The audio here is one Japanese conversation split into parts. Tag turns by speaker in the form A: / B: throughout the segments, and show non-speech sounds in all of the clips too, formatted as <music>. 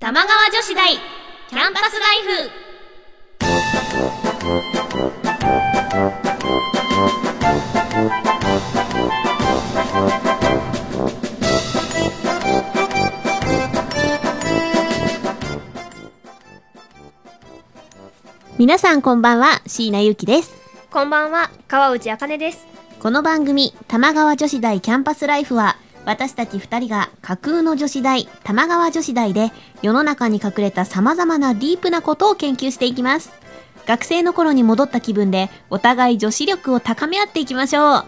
A: 玉川女子大キャンパスライフ
B: 皆さんこんばんは、椎名ゆきです。
A: こんばんは川内茜です
B: この番組、玉川女子大キャンパスライフは、私たち二人が架空の女子大、玉川女子大で、世の中に隠れた様々なディープなことを研究していきます。学生の頃に戻った気分で、お互い女子力を高め合っていきましょう。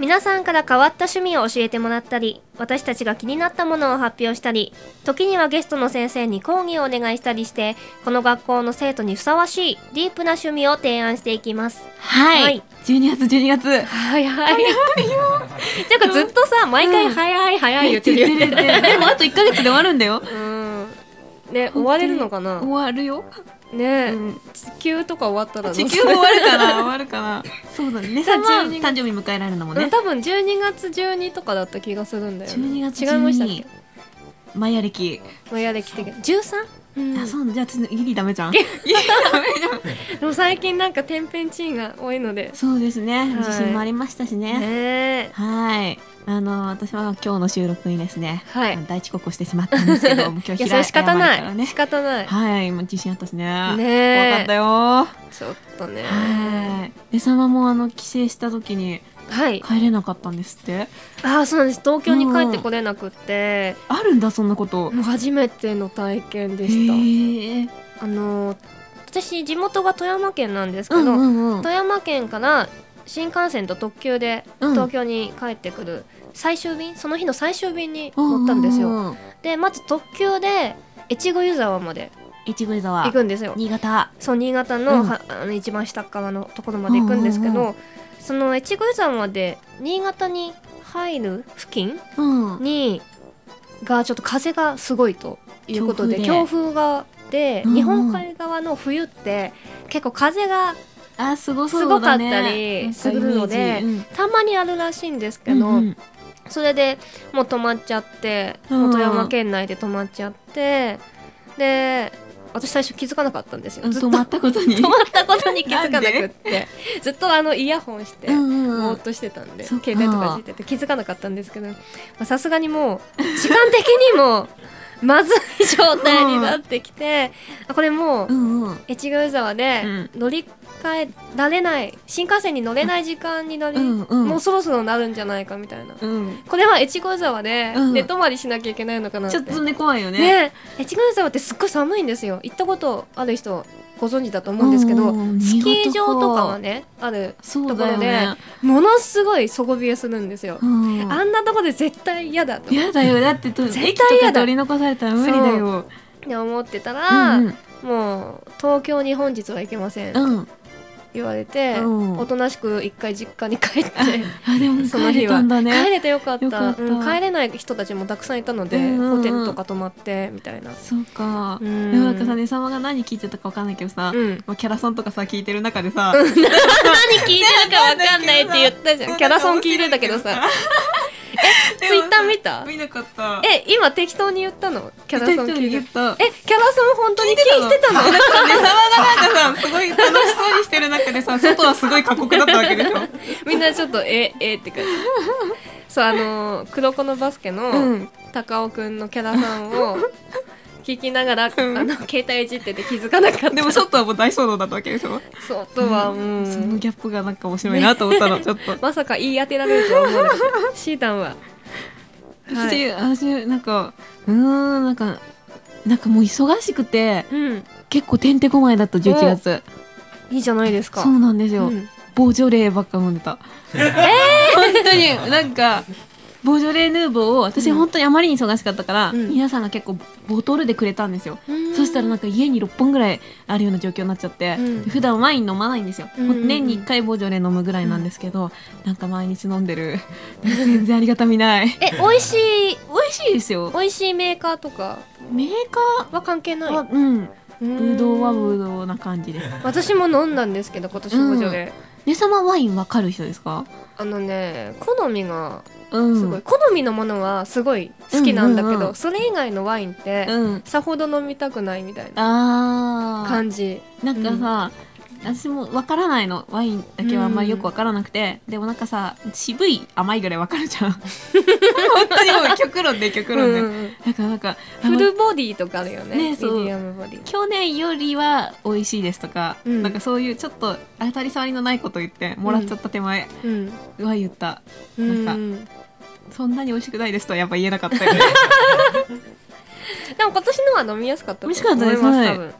A: 皆さんから変わった趣味を教えてもらったり私たちが気になったものを発表したり時にはゲストの先生に講義をお願いしたりしてこの学校の生徒にふさわしいディープな趣味を提案していきます
B: はい12月、12月。
A: はい <laughs> はいていうかずっとさ毎回
B: う
A: 「
B: ん
A: 早い早い」言ってるよね
B: で <laughs> もあと1ヶ月で終わるんだよ。
A: うんね終われるのかな
B: 終わるよ。
A: ね、
B: うん
A: 地球とか終わったらどう
B: 地
A: する
B: 球終わるかな終わるかな。そうだね。ねさんは
A: 12
B: 誕生日迎えられるんだもん
A: うん
B: ね。
A: <laughs> 多分12月12とかだった気がするんだよね
B: 12月
A: 違いましたっけ
B: 12マヤ歴。
A: もう嫌で来てけど 13? うん
B: あ、そうなんじゃあ次、ギリダメじゃん。ギリダメじゃん。
A: でも最近なんか天変地異が多いので
B: そうですね、
A: い
B: 自信もありましたし
A: ね
B: ね。
A: え
B: はい、あの私は今日の収録にですね、
A: はい
B: 大遅刻をしてしまったんですけ
A: <laughs>
B: ど、もう今
A: い
B: 日
A: やそれ仕方
B: 謝るか
A: な
B: ら
A: い、
B: ね
A: 仕方ない
B: はい、もう自信あったしね。
A: ね
B: 怖かったよ。
A: ちょっとね
B: はい、で、さまもあの帰省した時に
A: はい
B: 帰れなかったんですって。
A: ああそうなんです東京に帰ってこれなくって、
B: あるんだそんなこと。
A: もう初めての体験
B: へ
A: でした、
B: ー
A: あのー私地元が富山県なんですけ
B: う
A: ど、
B: んうんうん。
A: 富山県から新幹線と特急で
B: うん
A: 東京に帰ってくる最終便、その日の最終便に乗ったんですよ、
B: よ。
A: でまず特急で越後湯沢まで
B: 越後湯沢。
A: 行くんですよ
B: 新潟。
A: そう新潟の,、
B: うん
A: はあの一番下っ側のところまで行くんですけど、
B: うんうん
A: その越後湯沢まで新潟に入る付近
B: うん。
A: にがちょっと風がすごいということで
B: 強
A: 強風がで、
B: うんうん
A: 日本海側の冬って結構風が
B: あ、すごそうだね。
A: すごかったりするので
B: なんか
A: たまにあるらしいんです
B: イメージ、
A: けど、
B: うんうん
A: それでもう泊まっちゃって、
B: うん
A: もう富山県内で泊まっちゃってで私最初気づかなかったんですよ、
B: うん
A: ずっと
B: 止まったことに。
A: <laughs> 止まったことに気づかなく
B: な
A: っ
B: ん
A: て <laughs> ずっとあのイヤホンして、
B: うんうん
A: ぼ
B: うん
A: ーっとしてたんで
B: そっか
A: 携帯とかいじってて気づかなかったんですけどまあさすがにもう時間的にも <laughs> まずい状態になってきて、あこれもう
B: うんうん。
A: 越後湯沢で
B: うん
A: 乗り換えられない新幹線に乗れない時間になり、
B: うんうん。
A: もうそろそろなるんじゃないかみたいな、
B: うん。
A: これは越後湯沢で
B: うん
A: 寝泊まりしなきゃいけないのかなっ
B: ち
A: て、
B: ょっとね怖いよね。
A: ね越後湯沢ってすっごい寒いんですよ行ったことある人ご存知だと思うんですけど、
B: うんうん
A: スキー場とか
B: 新潟
A: はねある
B: そうだよね。
A: ものすごい底冷えするんですよ、
B: うん
A: あんなとこで絶対嫌だと
B: やだよだってと
A: 絶対
B: 駅と
A: や
B: か
A: だ
B: 取り残されたら無理だよ。
A: って思ってた
B: う
A: ら、
B: んうん
A: もう東京に本日は行けません、
B: うん。
A: 言われて、
B: うん
A: おとなしく一回実家に帰って
B: あでも
A: <laughs> その
B: 帰
A: 日
B: れ
A: は
B: たんだ
A: 帰
B: ね。
A: れてよかった
B: よかった
A: うん帰れない人たちもたくさんいたので、
B: うんうんうん
A: ホテルとか泊まってみたいな
B: そうか。
A: う
B: で
A: ん
B: もなんかさねさまが何聞いてたかわかんないけどさ
A: う、ん
B: まあキャラソンとかさ聞いてる中でさ、
A: 何聞いてるかわかんないって言った
B: <laughs>
A: じゃんキャラソン聞いてたけどさ。ツイッター見た
B: 見なかった。
A: え今適当に言ったのキャラソン聞いて
B: 言った。
A: えキャラソン本当に聞いてたの
B: なんかね、サワがなんかさ、すごい楽しそうにしてる中でさ、外はすごい過酷だったわけでしょ。
A: <laughs> みんなちょっとええって感じそうあのー黒子のバスケ
B: う
A: の
B: ん。
A: 高尾くんのキャラさん
B: <laughs>
A: を聞きながら、
B: うん
A: あの携帯いじってて気づかなかった
B: でも外はもう大騒動だったわけでしょ。
A: そうあとはもう、
B: そのギャップがなんか面白いなと思ったの、ちょっ
A: <laughs>
B: と。
A: まさか言い当てられるとは思わなかったシータンははい、
B: 私、私、なんか、うーん、なんか、なんかもう忙しくて、
A: うん
B: 結構てんてこまいだった、11月。
A: いいじゃないですか
B: そうなんですよ
A: う。ん
B: ボージョレーばっか飲んでた。本当に、なんか、ボージョレーヌーボーを、私
A: うん
B: 本当にあまりに忙しかったから、
A: うん
B: 皆さんが結構ボトルでくれたんですよ。そしたらなんか家に6本ぐらいあるような状況になっちゃって、
A: うん
B: 普段ワイン飲まないんですよ、
A: うん
B: もう年に1回ボージョレー飲むぐらいなんですけど、なんか毎日飲んでる全然ありがたみない
A: え <laughs> 美味しい
B: 美味しいですよ
A: 美味しいメーカーとか
B: メーカ
A: は関係
B: ー
A: ない
B: は、うん
A: うん
B: ぶどうはぶどうな感じです
A: <laughs> 私も飲んだんですけど今年補助で、
B: ねさまワインわかる人ですか
A: あのね好みが
B: うん
A: すごい好みのものはすごい好きなんだけど、
B: うんうんうん
A: それ以外のワインって、
B: うん
A: さほど飲みたくないみたいな
B: あー
A: 感じ
B: なんかさ、私もわからないのワインだけはあんまりよくわからなくて、でもなんかさ渋い甘いぐらいわかる
A: <laughs>
B: じゃん本当にもう極論で極論で、
A: うんうん
B: だからなんか
A: フルボディとかあるよね
B: ね
A: ミデ
B: そう
A: ィアムボディ
B: 去年よりは美味しいですとか、
A: うん
B: なんかそういうちょっと当たり障りのないこと言ってもらっちゃった手前、
A: うん
B: うわ言った
A: うん
B: なそんなに美味しくないですとはやっぱ言えなかった <laughs> よね
A: でも今年のは飲みやすかったと思います
B: 美味しかったです
A: 多分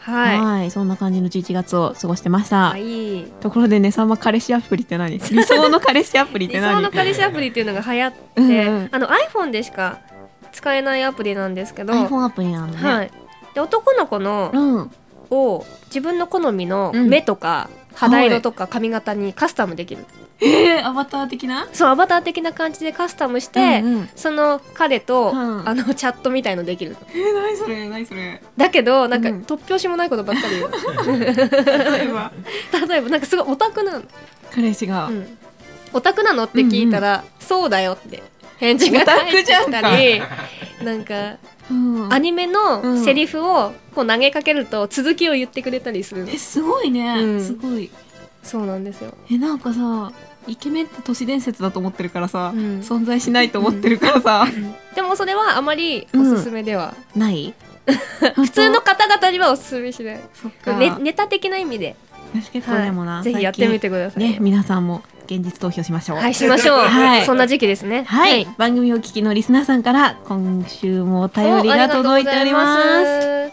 A: は
B: はいそんな感じの11月を過ごしてました、
A: いはい
B: ところでねさんま彼氏アプリって何理想の彼氏アプリっ
A: 理
B: て何
A: 想の彼氏アプリっていうのが流行って、
B: うんうん
A: あの iPhone でしか使えないアプリなんですけど、
B: iPhone アプリなのね、
A: はい、で男の子の
B: うん
A: を自分の好みの
B: うん
A: 目とか肌色とか髪型にカスタムできる、
B: えー、アバター的な
A: そうアバター的な感じでカスタムして、
B: うんうん
A: その彼と、
B: うん
A: あのチャットみたいのできる
B: えー、何それ何それ
A: だけどなんか、
B: うん
A: 突拍子もないことばっかり
B: <laughs>
A: 言う
B: 例えば
A: 例えばなんかすごいオタクなの、
B: 彼氏が、
A: うんオタクなのって聞いたら、そうだよって返事が
B: オタ
A: 返
B: ク
A: って
B: じゃん
A: き
B: か
A: たりなんか
B: うん
A: アニメ
B: う
A: の
B: ん
A: セリフをこう投げかけると続きを言ってくれたりするの
B: えすごいね、
A: うん
B: すごい
A: そうなんですよ
B: えなんかさイケメンって都市伝説だと思ってるからさ、
A: うん
B: 存在しないと思ってるから
A: <laughs>
B: さ、
A: でもそれはあまりおすすめでは、
B: ない <laughs>
A: 普通の方々にはおすすめしない
B: そっか、
A: ネネタ的な意味で、
B: 私結構
A: はい
B: でもな、
A: ぜひやってみて
B: く
A: ください、
B: ね皆さんも現実逃避をしましょう
A: はいしましょう、
B: <laughs> はい
A: そんな時期ですね
B: はい、番組をお聞きのリスナーさんから今週もお
A: お
B: 便りが届いております
A: ありがとうございます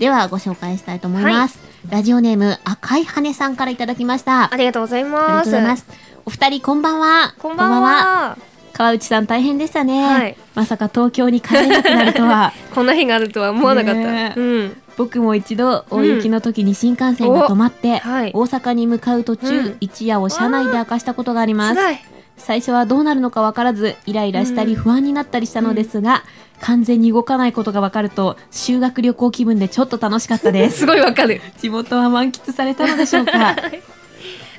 B: ではご紹介したいと思います、ラジオネーム赤い羽さんからいただきました
A: ありがとうござい
B: ありが
A: ま
B: とうご
A: す
B: ざいます。お二人こんばんは。
A: こんばんは
B: 川内さん大変でしたね。
A: はい
B: まさか東京に帰れなくなるとは。
A: こんな日があるとは思わなかった、
B: ねえ
A: うん
B: <laughs> 僕も一度大雪の時に新幹線が止まって、
A: はい
B: 大阪に向かう途中、
A: うん
B: 一夜を車内で明かしたことがあります。
A: 辛い
B: 最初はどうなるのかわからず、イライラしたり
A: うん
B: 不安になったりしたのですが、完全に動かないことがわかると、修学旅行気分でちょっと楽しかったで <laughs> す
A: す。ごいわかる
B: 地元は満喫されたのでしょう <laughs> かあり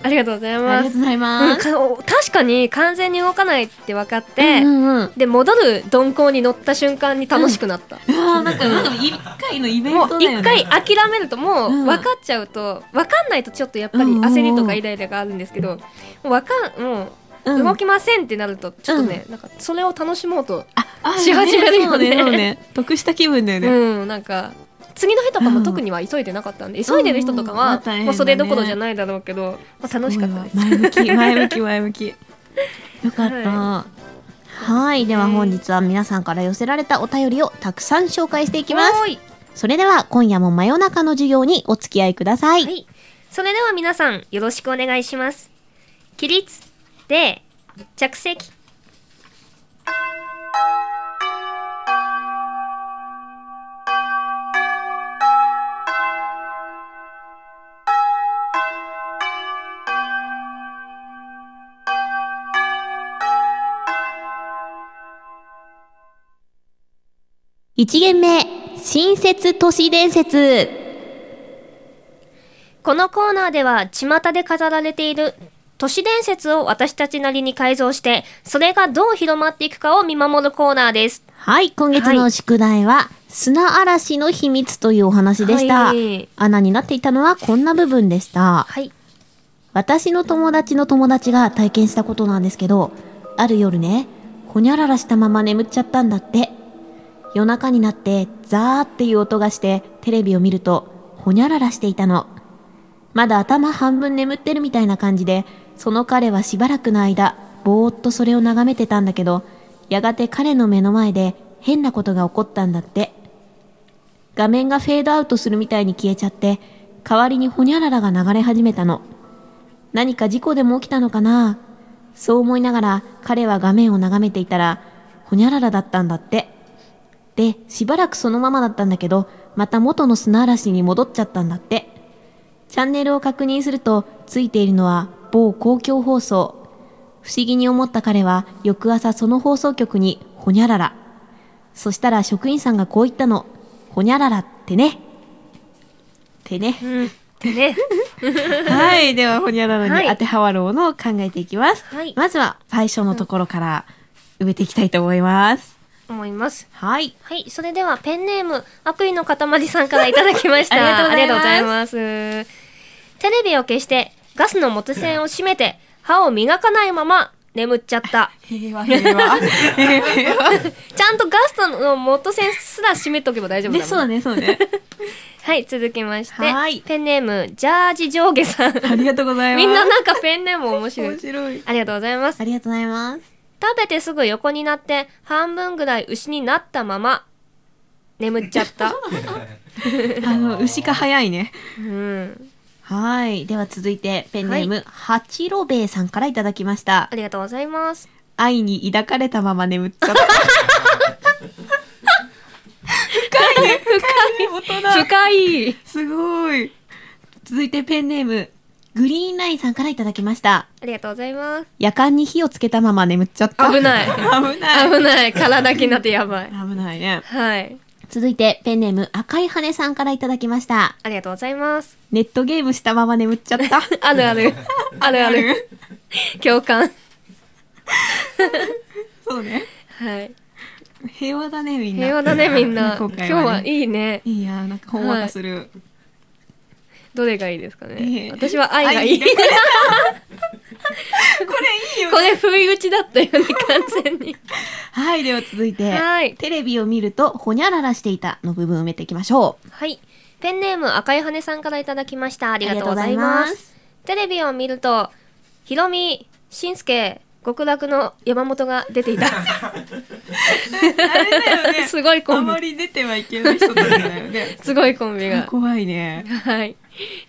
A: ありがとうござい
B: が
A: ま
B: とう
A: す
B: ござい
A: うん
B: ます。
A: かお確かに完全に動かないって分かって、
B: うんうんうん
A: で戻る鈍行に乗った瞬間に楽しくなった、
B: あーなんか、なんか一回のイベン
A: も
B: ト
A: う
B: だよね。
A: 一回諦めるともう
B: うん
A: 分かっちゃうと分かんないとちょっとやっぱり焦りとかイライラがあるんですけどもう分かんも
B: う
A: うん動きませんってなるとちょっとね、なんかそれを楽しもうと、
B: あ
A: し始めるよね
B: そうそうね得した気分だよね、
A: うんなんか次の日とかも特には急いでなかったんで、急いでる人とか
B: うんうんま
A: は
B: あ、大変だね
A: もうそれどころじゃないだろうけど、まあ、楽しかったです。
B: 前向き <laughs> 前向き前向きよかった
A: は
B: はいでは本日は皆さんから寄せられたお便りをたくさん紹介していきます
A: おーい
B: それでは今夜も真夜中の授業にお付き合いください、
A: はい。それでは皆さん、よろしくお願いします。起立、で、着席。
B: 一限目新設都市伝説
A: このコーナーでは、巷で飾られている都市伝説を私たちなりに改造して、それがどう広まっていくかを見守るコーナーです。
B: はい今月の宿題は、砂嵐の秘密というお話でした、
A: はい
B: 穴になっていたのはこんな部分でした
A: はい。
B: 私の友達の友達が体験したことなんですけど、ある夜ね、ほにゃららしたまま眠っちゃったんだって。夜中になって、ザーっていう音がして、テレビを見ると、ほにゃららしていたの。まだ頭半分眠ってるみたいな感じで、その彼はしばらくの間、ぼーっとそれを眺めてたんだけど、やがて彼の目の前で変なことが起こったんだって。画面がフェードアウトするみたいに消えちゃって、代わりにほにゃららが流れ始めたの。何か事故でも起きたのかなそう思いながら彼は画面を眺めていたら、ほにゃららだったんだって。で、しばらくそのままだったんだけど、また元の砂嵐に戻っちゃったんだって。チャンネルを確認すると、ついているのは某公共放送。不思議に思った彼は、翌朝その放送局に、ほにゃらら。そしたら職員さんがこう言ったの。ほにゃららってね。ってね。
A: うん。
B: <laughs>
A: でね。
B: はい、ではほにゃららに当てはまるものを考えていきます。
A: はい
B: まずは最初のところから植えていきたいと思います。
A: 思います。
B: はい。
A: はい、それではペンネーム、悪意の塊さんからいただきました。。
B: <laughs> ありがとうございます
A: テレビを消して、ガスの元栓を閉めて、歯を磨かないまま眠っちゃった。
B: 平和平和。平和。
A: ちゃんとガストの元栓すら閉めとけば大丈夫
B: ね、
A: だもん
B: そうだね、そうだね。
A: はい、続きまして、
B: はい
A: ペンネーム、ジャージ上下さん。
B: ありがとうございます。
A: みんななんかペンネーム面白い
B: 面。白い。
A: ありがとうございます。
B: ありがとうございます。
A: 食べてすぐ横になって、半分ぐらい牛になったまま、眠っち
B: <laughs>
A: ゃった。
B: あの、牛が早いね。
A: うん。
B: はい。では続いて、ペンネーム、八郎兵衛さんからいただきました
A: あ。りがとうございます。
B: 愛に抱かれたまま眠っちゃ <laughs> った。深いね。
A: <laughs>
B: 深い。大人。
A: 深い。
B: すごい。続いてペンネーム、グリーンラインさんからいただきました。
A: ありがとうございます。
B: 夜間に火をつけたまま眠っちゃった。
A: 危ない
B: 危ない。
A: 危ない。体気になってやばい。
B: 危ないね。
A: はい。
B: 続いてペンネーム、赤い羽さんからいただきました。
A: ありがとうございます。
B: ネットゲームしたまま眠っちゃった。
A: <laughs> ある
B: <laughs>
A: ある。あるある。共感。
B: そうね。
A: はい。
B: 平和だね、みんな。
A: 平和だね、みんな。
B: 今
A: 今
B: 回
A: 日
B: は、ね。
A: はいいね。
B: いいやー、なんかほんわかする。
A: どれがいいですか
B: ええ
A: ね。私は愛がい
B: 愛
A: い。こ
B: に抱かれこれいいよね。
A: れ、不意打ちだったよね、完全に。
B: はい、では続いて、
A: はい
B: テレビを見ると、ほにゃららしていたの部分を埋めていきましょう。
A: はい。ペンネーム赤い羽さんからいただきました。あ
B: あ
A: りがとうござ
B: りが
A: います。
B: とうございす。
A: テレビを見ると、ひろみ、しんすけ、極楽の山本が出て
B: <laughs>
A: いた。
B: あれだよ <laughs> ね。
A: <laughs> すごいコ
B: あ
A: ン
B: ま
A: ビ。。
B: り出てはいけない人たちだよね <laughs>
A: すごいコンビが。
B: 怖いね。
A: はい。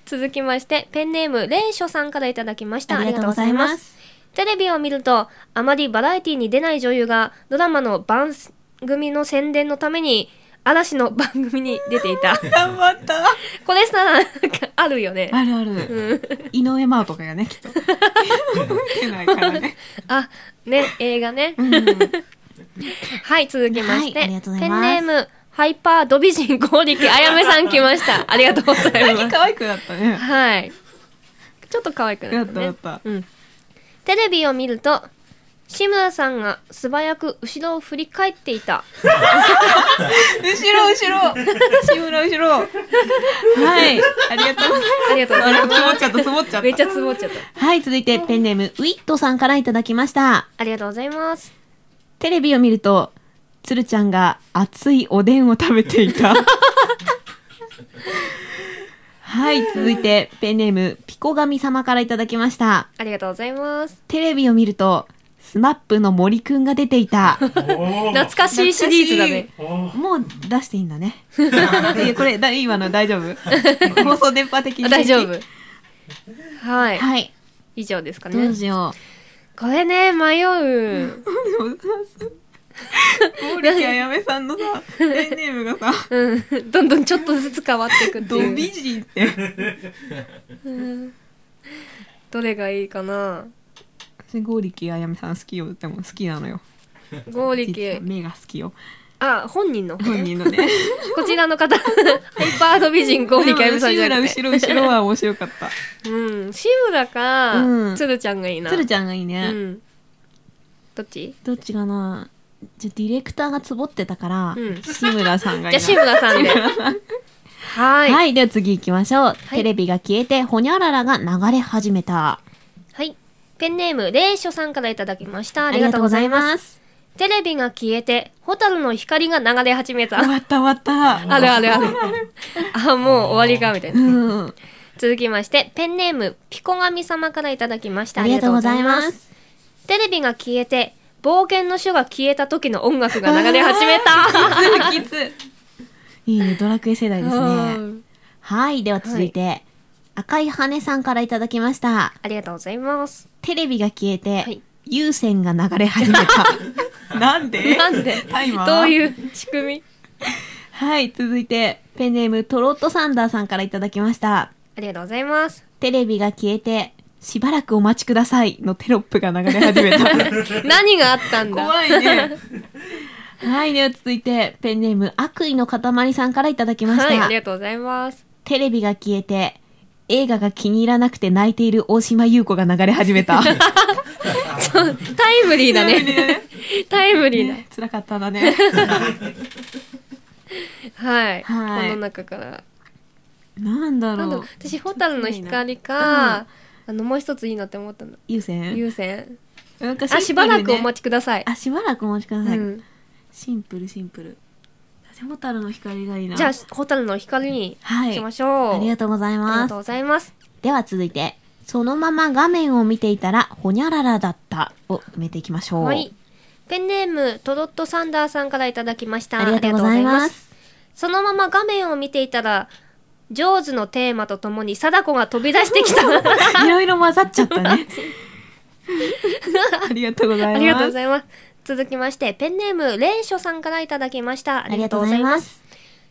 A: 続きまして、ペンネーム、れいしょさんからいただきました。
B: ありがとうござい
A: ありがとうござい
B: ま
A: ます
B: す。
A: テレビを見ると、あまりバラエティに出ない女優が、ドラマの番組の宣伝のために、嵐の番組に出てい
B: <laughs>
A: た。
B: 頑張った。
A: これさ、なんかあるよね。
B: あるある。
A: うん
B: 井上真央とかがね、きっと。見てないからね。
A: あ、ね、映画ね。はい、続きまして、
B: はいありが
A: ペン
B: とうございます
A: ネーム、ハイパード美人剛力あやめさん来ました。ありがとうござい
B: 最近
A: ます。
B: 可愛くなったね。
A: はい。ちょっと可愛くなったね。
B: やったやった
A: うん。テレビを見ると、志村さんが素早く後ろを振り返っていた。
B: 後ろ後ろ。志村後ろ。はい。ありがとうございます。
A: ありがとうご
B: あ
A: ざ
B: ら
A: い
B: 積もっ
A: ま
B: ちゃった、積もっちゃ
A: す。
B: っ
A: めったちゃ。つぼっちゃった。
B: はい、続いてペンネーム、ウィットさんからいただきました。
A: ありがとうございます。
B: テレビを見ると、つるちゃんが熱いおでんを食べてい
A: <laughs>
B: た。はい、続いてペンネーム、ピコガミ様からいただきました。
A: ありがとうございます。
B: テレビを見ると、スマップの森くんが出ていた。
A: 懐かしいシリーズだね。
B: もう出していいんだ
A: <laughs>
B: ね。いやこれ、だ今の大丈夫放送電波的に。
A: あ大丈夫。。はい。
B: はい、
A: 以上ですか
B: ど
A: ね
B: う。しよう。
A: これね、迷
B: <laughs>
A: う。
B: ゴールキあやめさんのさ、ペンネームがさ、
A: うん、どんどんちょっとずつ変わっていくって
B: ド
A: いう
B: 美人って。
A: どれがいい
B: <laughs>
A: かな
B: 私ゴーリキあやめさん好きよ、でも好きなのよ。
A: 剛
B: 実は
A: 力
B: 目が好きよ。
A: あ本人の
B: 本人のね。
A: こちら
B: <laughs>
A: の方ハイパード美人剛力あゆみさんじゃなく
B: 志
A: て
B: 村後ろ後ろは面白かった。
A: うん志村か、
B: うん
A: つるちゃんがいいな
B: つるちゃんがいいね。
A: うんどっち
B: どっちかな。じゃディレクターがつぼってたから、
A: うん
B: 志村さんがいい
A: じゃあ
B: な。
A: 志村さんで
B: 志村さん
A: は
B: はいい、
A: はい、
B: では次行きましょう。テレビが消えてほにゃららが流れ始めた。
A: ペンネームレイショさんからいただきましたありがとうございます
B: す。
A: テレビが消えて蛍の光が流れ始め
B: <laughs>
A: た
B: 終わった終わった。
A: あるあるあるあもう終わりかみたいな
B: うん。
A: 続きましてペンネームピコガミ様からいただきました
B: ありがとうござい
A: ありがとうご
B: ま
A: ざいます
B: す。
A: テレビが消えて冒険の書が消えた時の音楽が流れ始めた
B: きつ。いいね、ドラクエ世代ですね。はい、では続いて、赤い羽さんからいただきました。
A: ありがとうございます
B: テレビが消えて、
A: はい
B: 有線が流れ始めた。なんで
A: <laughs> なんで
B: タイマー
A: どういう仕組み
B: はい、続いて、ペンネームトロットサンダーさんからいただきました。
A: ありがとうござ
B: <laughs>
A: います
B: テレビが消えて、しばらくお待ちくださいのテロップが流れ始めた。
A: <laughs> 何があったんだ
B: いね。 <laughs> はい、では続いて、ペンネーム悪意の塊さんからいただきました。
A: はいありがとうございます
B: テレビが消えて、映画が気に入らなくて泣い
A: <laughs>
B: ている大島優子が流れ始めた。 <laughs>
A: そうタイムリーだねタイムリーな。
B: ね辛かったんだね。
A: <laughs> はい。
B: はい
A: この中から。
B: なんだ
A: なんだ
B: ろ
A: ろう
B: う。
A: 私、ホタルの光か、あの、もう一ついいなって思ったの。
B: 優先。
A: 優先。
B: なんか
A: あ、
B: シ
A: し
B: ンプ
A: ば
B: ルね
A: らくお待ちください。
B: あ、しばらくお待ちください。
A: うん
B: シンプルシンプル。背もたれの光がいいな。
A: じゃあ、ホタルの光に
B: はい。
A: しましょう。
B: ありがとうござい
A: ありが
B: ま
A: とう
B: す。
A: ございます。
B: では続いて、そのまま画面を見ていたら、ほにゃららだったを埋めていきましょう。
A: はい。ペンネーム、トロットサンダーさんからいただきました。
B: ありがとうござい
A: ありがと
B: ま。
A: うございますそのまま画面を見ていたら、ジョーズのテーマとともに貞子が飛び出して
B: <laughs>
A: きた。
B: <laughs>
A: あ
B: いろいろ混ざっちゃった
A: <laughs>
B: ね。ありがとうございます。
A: りがとうご
B: い
A: ざいます。続きまして、ペンネーム、レンショさんからいただきました。あ
B: ありがとうござい
A: す。
B: ます。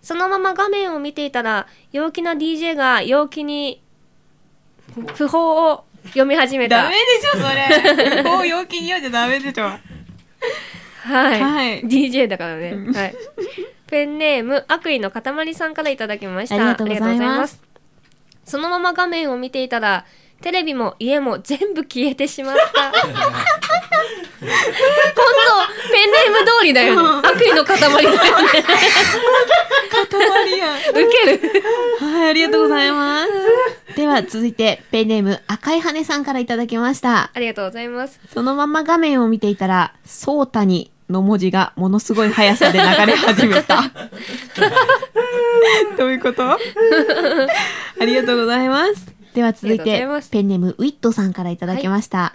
A: そのまま画面を見ていたら、陽気な DJ が陽気に、不法を読み始めた。
B: ダメでしょ、そ <laughs> れ。こう陽気に言うじゃダメでしょ。
A: はい、
B: はい
A: DJ だからね。
B: うん
A: はい。ペンネーム、悪意の塊さんからいただきました。
B: ありがとうございます
A: ありがそのまま画面を見ていたら、テレビも家も全部消えてし
B: <laughs>
A: まった。本当、ペンネーム通りだよね。悪意の塊だよね。
B: 塊やん。
A: ウケる。
B: はい、ありがとうございます。 <laughs> では続いて、ペンネーム赤い羽さんからいただきました。
A: ありがとうございます。
B: そのまま画面を見ていたら、そうたにの文字がものすごい速さで流れ始め <laughs> た。どういうことありがとうございます。では続い
A: ありがと
B: て
A: うございます、
B: ペンネームウィットさんからいただきました。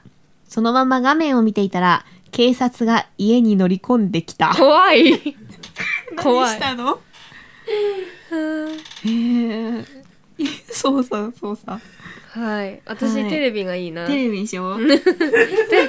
B: そのまま画面を見ていたら、警察が家に乗り込んできた。
A: 怖い。怖い
B: 何したのへえ。そうさ、そうさ。
A: はい。私、
B: はい
A: テレビがいいな。
B: テ
A: テ
B: レビにしよう。
A: レ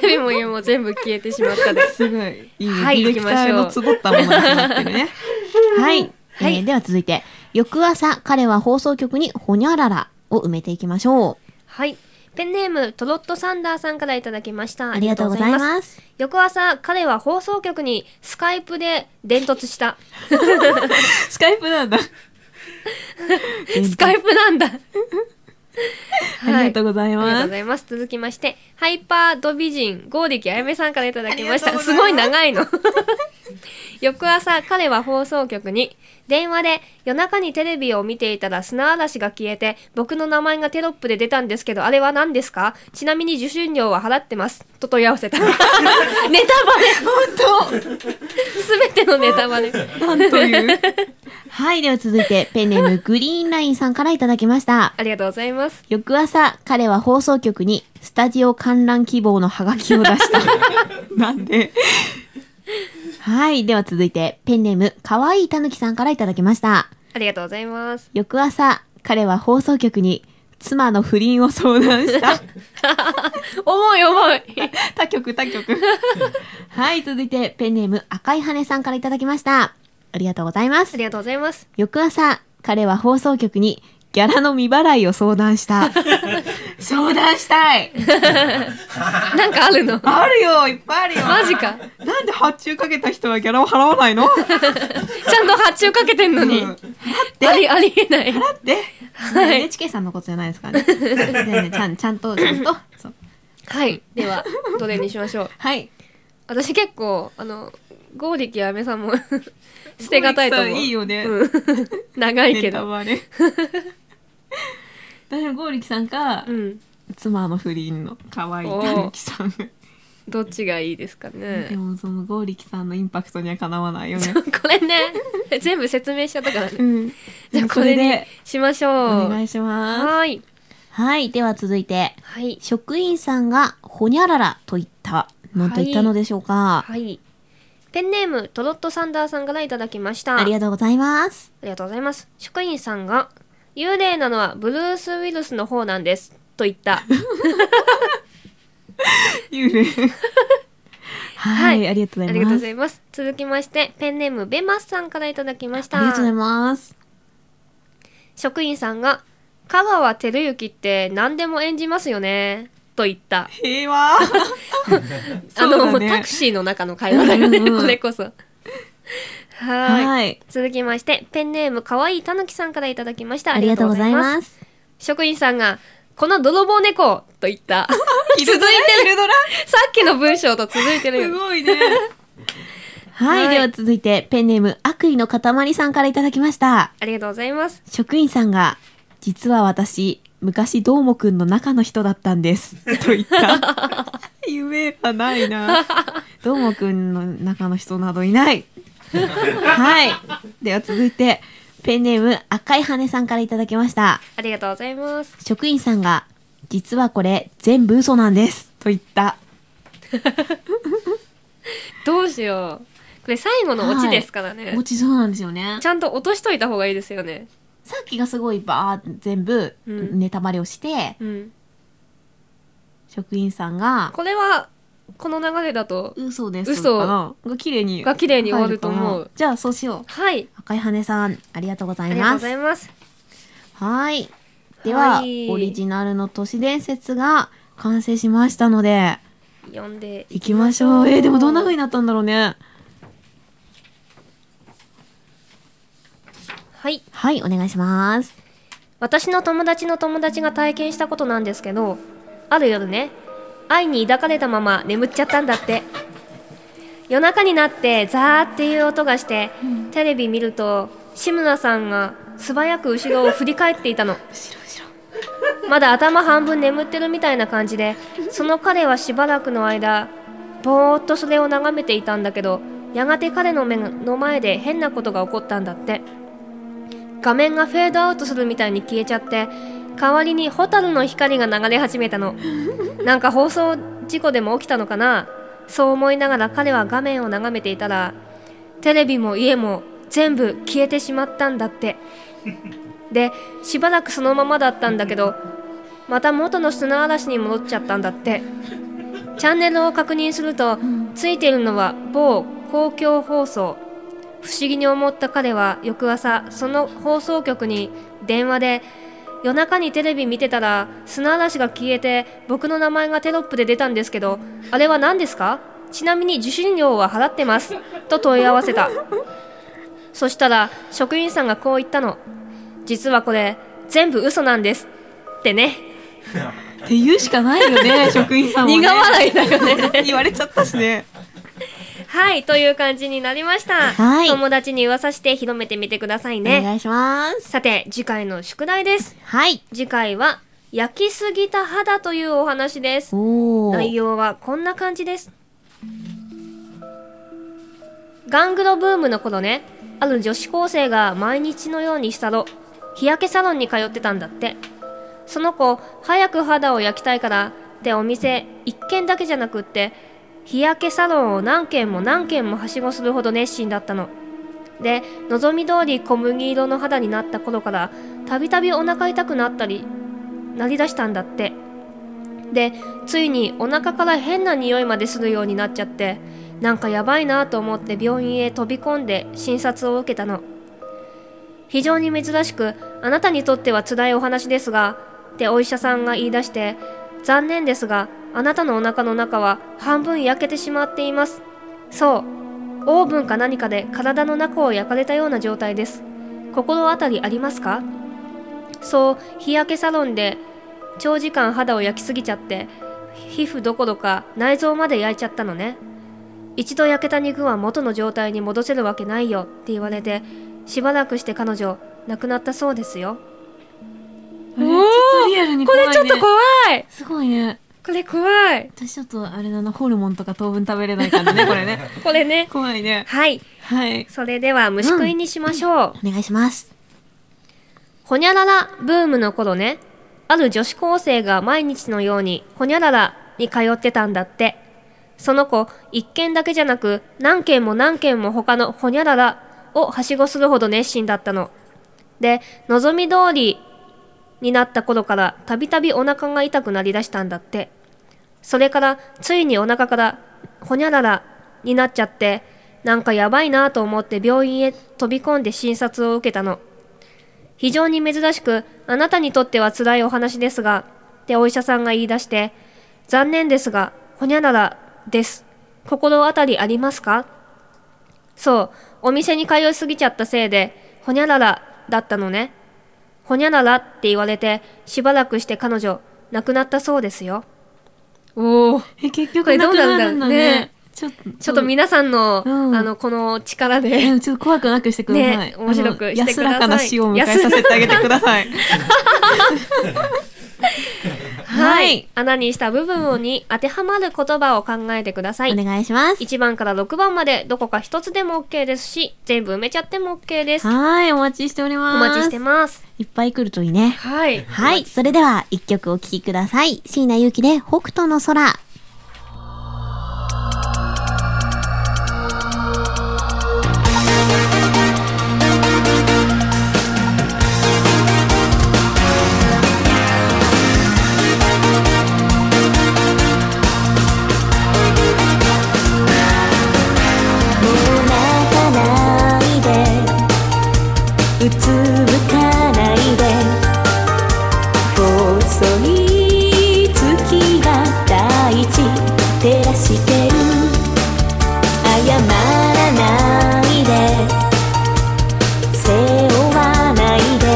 A: ビも家も全部消えてしまったです。
B: すごい。いいね。
A: はい
B: ディレクターのつぼったものになってるね。 <laughs> はい。え
A: はい
B: ーでは続いて、翌朝、彼は放送局にほにゃららを埋めていきましょう。
A: はい。ペンネーム、トロットサンダーさんからいただきました。
B: ありがとうございます。
A: 翌朝、彼は放送局にスカイプで伝突した。
B: スカイプ <laughs> なんだ。
A: スカイプな
B: <laughs>
A: んだ。
B: ありがとうござい
A: ありが
B: ま
A: とう
B: す
A: ご。ざいます。続きまして、ハイパード美人、ゴーデキあやめさんからいただきまし
B: あり
A: た。
B: がとうござ
A: す
B: います
A: ごい長
B: <laughs>
A: いの。翌朝、彼は放送局に、電話で夜中にテレビを見ていたら砂嵐が消えて、僕の名前がテロップで出たんですけど、あれは何ですかちなみに受信料は払ってます。と問い合わ
B: <laughs>
A: せた。ネタバレすべてのネタバレ。
B: 本当なんという。 <laughs> はい。では続いて、ペンネームグリーンラインさんからいただきました。
A: ありがとうございます。
B: 翌朝、彼は放送局にスタジオ観覧希望のハガキを出した。 <laughs> なんではい。では続いて、ペンネーム、かわいいたぬきさんからいただきました。
A: ありがとうござ
B: <laughs>
A: います。
B: 翌朝、彼は放送局に妻の不倫を相談した。 <laughs>
A: 重い重い。
B: 他局、他局。はい。続いて、ペンネーム、赤い羽さんからいただきました。ありがとうございま
A: あ
B: す。
A: りがとうございます。
B: 翌朝、彼は放送局にギャラの未払いを相談した。 <laughs> 相談したい
A: <laughs> なんかあるの
B: あるよいっぱいあるよ
A: マジか。
B: なんで発注かけた人はギャラを払わないの
A: ちゃんと発注かけてんのに。
B: うん
A: あり、ありえない。
B: で、
A: い
B: NHK さんのことじゃないですからね。だよねちゃんちゃんと、ちゃんと。そう
A: はい。で
B: <laughs>
A: は、どれにしましょう。
B: はい。
A: 私結構、あの、剛力やめさんも、 <laughs> 捨てがたいと思う。
B: 剛力さんいいよね
A: うん <laughs> 長いけ
B: ネタ
A: ど。
B: バレ。 <laughs> 私も剛力さんか、
A: うん。
B: 妻の不倫の可愛い
A: おー
B: たぬきさん。
A: どっちがいいですか
B: で
A: ね。
B: もその剛力さんのインパクトにはかなわないよね。
A: <laughs> これね、全部説明しちゃったか
B: <laughs>
A: らね。
B: ん。
A: じゃあ、
B: そ
A: こ
B: れ
A: れに
B: で、
A: しましょう。
B: お願いします。
A: はーい。
B: はい。では続いて、
A: はい。
B: 職員さんがほにゃららと言ったのと言ったのでしょうか。
A: はい。ペンネーム、トロットサンダーさんからいただきました。
B: ありがとうございます。
A: ありがとうございます。職員さんが、幽霊なのはブルース・ウィルスの方なんです。と言った。
B: 幽霊。はい、
A: はい
B: ありがとう
A: あ
B: ござ
A: り
B: い
A: が
B: ま
A: とう
B: す
A: ござ。います。続きまして、ペンネーム、ベマスさんからいただきました。
B: ありがとうございます。
A: 職員さんが、香川照之って何でも演じますよね。と言った。
B: 平 <laughs> 和。
A: あの、タクシーの中の会話だよね。
B: うんうん
A: これこそ。はーい
B: はい。
A: 続きまして、ペンネーム、かわいいたぬきさんからいただきました。
B: ありがとうござい
A: す。
B: ます。
A: 職員さんが、この泥棒 <laughs> 猫と言った。続いてる。
B: 昼ドラ
A: さっきの文章と続いてるよ。
B: ごいね。はい、
A: はい
B: では続いてペンネーム悪意の塊さんからいただきました
A: ありがとうございます。
B: 職員さんが「実は私昔どーもくんの中の人だったんです」と言った夢がないなどーもくんの中の人などいないはいでは続いてペンネーム赤い羽さんからいただきました
A: ありがとうございます。
B: 職員さんが「実はこれ全部嘘なんです」と言った
A: どうしよう。これ最後のオチですからね。
B: 落ちそうなんですよね
A: ちゃんと落としといた方がいいですよね。
B: さっきがすごいバーッ全部
A: うん
B: ネタバレをして、
A: うん。
B: 職員さんが
A: これは、この流れだと、
B: 嘘です
A: 嘘
B: かなが綺麗に
A: が綺麗に終わると思
B: 入か
A: う
B: な。じゃあそうしよう
A: はい。
B: 赤い羽さんありがとうござ
A: あ
B: い
A: りが
B: ま
A: とうご
B: す
A: ざいます。
B: はいでは、
A: はい
B: オリジナルの都市伝説が完成しましたので
A: 読んで
B: 行きましょうえー、でもどんな風になったんだろうね
A: はい。
B: はいお願いします
A: 私の友達の友達が体験したことなんですけど、ある夜ね、愛に抱かれたまま眠っちゃったんだって。夜中になってザーっていう音がして、テレビ見ると志村さんが素早く後ろを振り返っていたの
B: 後ろ後ろ
A: まだ頭半分眠ってるみたいな感じでその彼はしばらくの間ぼーっとそれを眺めていたんだけどやがて彼の目の前で変なことが起こったんだって画面がフェードアウトするみたいに消えちゃって代わりに蛍の光が流れ始めたのなんか放送事故でも起きたのかなそう思いながら彼は画面を眺めていたらテレビも家も全部消えてしまったんだってでしばらくそのままだったんだけどまた元の砂嵐に戻っちゃったんだってチャンネルを確認するとついているのは某公共放送不思議に思った彼は翌朝その放送局に電話で夜中にテレビ見てたら砂嵐が消えて僕の名前がテロップで出たんですけどあれは何ですかちなみに受信料は払ってますと問い合わせたそしたら職員さんがこう言ったの実はこれ全部嘘なんですってね
B: って言うしかないよ <laughs> ね職員さんも、ね、
A: 苦笑いだよね
B: <laughs> 言われちゃったしね
A: はいという感じになりました、
B: はい
A: 友達に噂して広めてみてください
B: お
A: ね
B: 願いします
A: さて次回の宿題です
B: はい
A: 次回は焼きすぎた肌というお話です
B: おお
A: 内容はこんな感じですガングロブームの頃ねある女子高生が毎日のようにしたろ日焼けサロンに通ってたんだってその子早く肌を焼きたいからってお店1軒だけじゃなくって日焼けサロンを何軒も何軒もはしごするほど熱心だったので望み通り小麦色の肌になった頃からたびたびお腹痛くなったりなりだしたんだってでついにお腹から変な匂いまでするようになっちゃってなんかやばいなと思って病院へ飛び込んで診察を受けたの非常に珍しくあなたにとっては辛いお話ですがってお医者さんが言い出して残念ですがあなたのお腹の中は半分焼けてしまっていますそうオーブンか何かで体の中を焼かれたような状態です心当たりありますかそう日焼けサロンで長時間肌を焼きすぎちゃって皮膚どころか内臓まで焼いちゃったのね一度焼けた肉は元の状態に戻せるわけないよって言われてしばらくして彼女亡くなったそうですよ
B: あれちょっとリアルに怖い、ね、
A: 怖い
B: すごいね
A: これ怖い
B: 私ちょっとあれだなホルモンとか当分食べれないからねこ
A: <laughs>
B: れね
A: これね
B: 怖いね
A: はい
B: はい
A: それでは虫食いにしましょう、
B: お願いします
A: ほにゃららブームの頃ね、ある女子高生が毎日のようにほにゃららに通ってたんだって。その子、一軒だけじゃなく何軒も何軒も他のほにゃららをはしごするほど熱心だったの。で、望み通りになった頃からたびたびお腹が痛くなりだしたんだって。それからついにお腹からほにゃららになっちゃって、なんかやばいなと思って病院へ飛び込んで診察を受けたの。非常に珍しく、あなたにとっては辛いお話ですが、ってお医者さんが言い出して、残念ですが、ほにゃららです。心当たりありますかそう、お店に通いすぎちゃったせいで、ほにゃららだったのね。ほにゃららって言われて、しばらくして彼女、亡くなったそうですよ。おお。
B: え結
A: こ
B: 局
A: れ
B: な
A: どう
B: く
A: な
B: な
A: る
B: る
A: ん
B: ん
A: だ
B: だ
A: ろう
B: ね
A: ね。
B: ちょっと、
A: ちょっと皆さんの、
B: うん
A: あの、この力
B: う
A: で、
B: んちょっと怖くなくしてください。
A: ね面白くしてください
B: あの安らかな死を迎えさせてあげてください。は <laughs>
A: はいい。穴にした部分をに当てはまる言葉を考えてください。
B: お願いします。
A: 1番から6番までどこか1つでも OK ですし、全部埋めちゃっても OK です。
B: はい、お待ちしており
A: お
B: ます。
A: 待ちしてます。
B: いっぱい来るといいね。
A: はい。
B: はい、それでは一曲お聴きください。椎名ゆきで北斗の空。
C: もう泣かないでうつむかないで細い月が大地照らしてる謝らないで背負わないで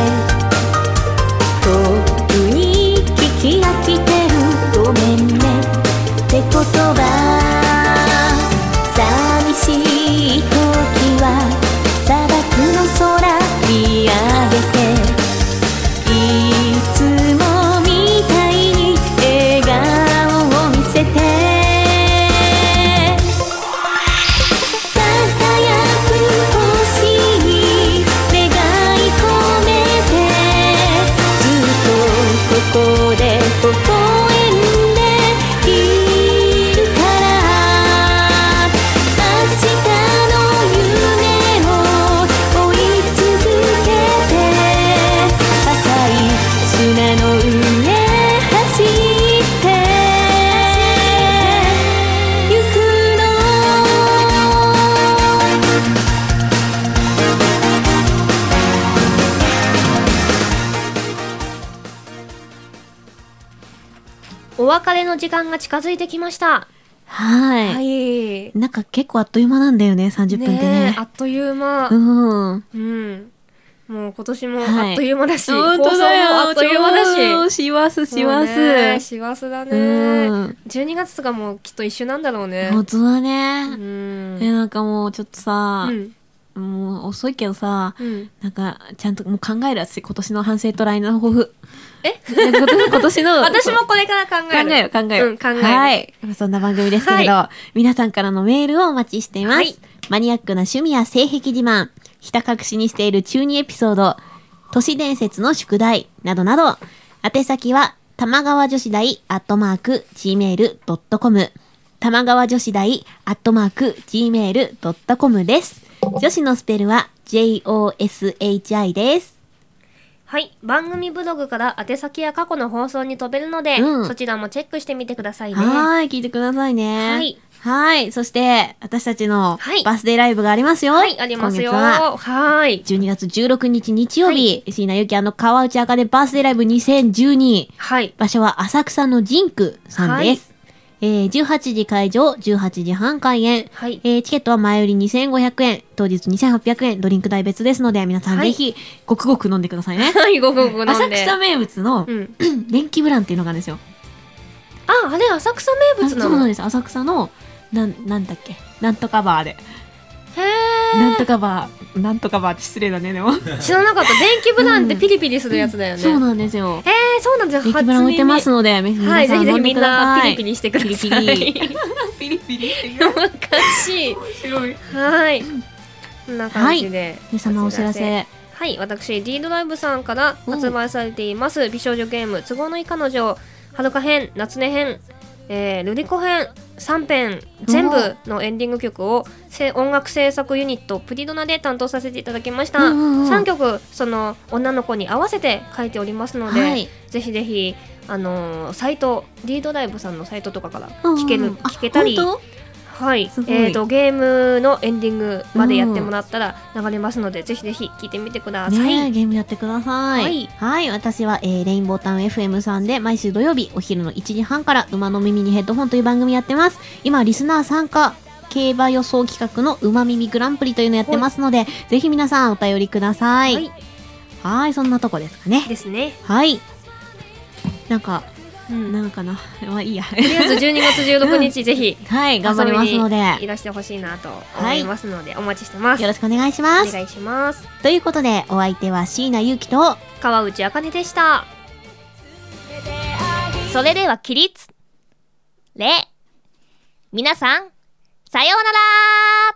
C: 遠くに聞き飽きてるごめんねって言葉寂しい時は砂漠の空見上げていつもみたいに笑顔を見せて輝く星に願い込めてずっとここで微笑んでいるから明日の夢を追い続けて赤い砂の上走ってゆくの
A: お別れの時間が近づいてきました。
B: はい。
A: い。
B: なんか結構あっという間なんだよね、30分ってね。
A: ねえあっという間。
B: うん。
A: うん。もう今年も
B: はい
A: あっという間だし、
B: 本当
A: 放送も
B: だよ
A: あっという間だし。
B: しわすしわ
A: もうね
B: す。
A: 師走だね。
B: うん
A: 12月とかもうきっと一緒なんだろうね。
B: 本当だ
A: う
B: ね。
A: ん。
B: え、なんかもうちょっとさ
A: う、ん。
B: もう遅いけどさ、
A: うん。
B: なんか、ちゃんともう考える私、今年の反省と来年の抱負。
A: え
B: 今年今年の。
A: 私もこれから考
B: 考
A: える。
B: えよう、考えよう。
A: うん、考える。
B: はい。そんな番組ですけれど、
A: は
B: 皆さんからのメールをお待ちしています。
A: はい
B: マニアックな趣味や性癖自慢、ひた隠しにしている中二エピソード、都市伝説の宿題、などなど、宛先は、玉川女子大アットマーク gmail.com、玉川女子大アットマーク gmail.com です。女子のスペルは joshi です。
A: はい。番組ブログから宛先や過去の放送に飛べるので、
B: うん
A: そちらもチェックしてみてくださいね。
B: はーい、聞いてくださいね。
A: はい。
B: はい。そして、私たちの
A: はい
B: バースデーライブがありますよ。
A: はい、ありますよ。
B: 今月は
A: はーい。
B: 12月16日日曜日、椎名ゆきあの川内あかねバースデーライブ2012。
A: はい。
B: 場所は浅草のジンクさんです。えー、18時会場、18時半開演。
A: はい
B: えーチケットは前売り2500円、当日2800円、ドリンク代別ですので、皆さん
A: は
B: ぜ
A: い
B: ひ、ごくごく飲んでくださいね。
A: はい、ごくごく <laughs> 飲
B: 浅
A: んで。
B: 草名物の
A: う、ん。
B: 電気ブランっていうのがあるんですよ。
A: あ、あれ、浅草名
B: あ
A: 物
B: そう
A: な
B: なん
A: の。へ
B: です。浅草の、なん、なんだっけ。なんとかバーで。
A: え。
B: なんとかバー、なんとかバーって失礼だね、でも。
A: 知らなかった。電気ブランってピリピリするやつだよね。
B: そうなんですよ。
A: えー、そうなんです
B: 駅
A: よ。
B: ブラ置いてます
A: 初
B: ので、皆
A: 耳
B: さ
A: はい、ぜひぜひ
B: 飲んで
A: みん
B: くだ
A: な
B: さ
A: ピ
B: い
A: リピリしてくださ
B: ピリ
A: い
B: ピ。ピリピリって言う
A: <laughs> おかしい。
B: 白い。
A: はい。こんな感じで。
B: <laughs> 皆様お知らせ。
A: はい、私、D ドライブさんから
B: うん
A: 発売されています、美少女ゲーム、都合のいい彼女、はるか編、夏音編、えー、ルリコ編、3編、全部のエンディング曲を、せ音楽制作ユニット、プリドナで担当させていただきました。
B: うんうんうん
A: 3曲、その、女の子に合わせて書いておりますので、
B: はい
A: ぜひぜひ、あのーサイト、D ドライブさんのサイトとかから
B: うんうん
A: 聞ける、
B: あ
A: 聞けたり、
B: 本
A: はい
B: す、ごい
A: えー、とゲームのエンディングまでやってもらったら流れますので、ぜひぜひ聞いてみてくだ
B: 当
A: さい。
B: ねえゲームやってください。
A: はい
B: はい。私は、えーレインボータウン FM さんで、毎週土曜日、お昼の1時半から、馬の耳にヘッドホンという番組やってます。今、リスナー参加、競馬予想企画の馬耳グランプリというのやってますので、ぜひ皆さんお便りください。
A: はい
B: はい、そんなとこですかね。
A: ですね。
B: はい。なんか、
A: うん
B: なのかなまあいいや <laughs>
A: とりあえず12月16日、ぜひ
B: はい頑張りますので
A: 遊びにいらしてほしいなと思いますので、お待ちしてます
B: よろしくお願いしま
A: お
B: す
A: 願いします
B: ということでお相手は椎名優樹と
A: 川内あかねでした
C: それでは起立礼皆さんさようなら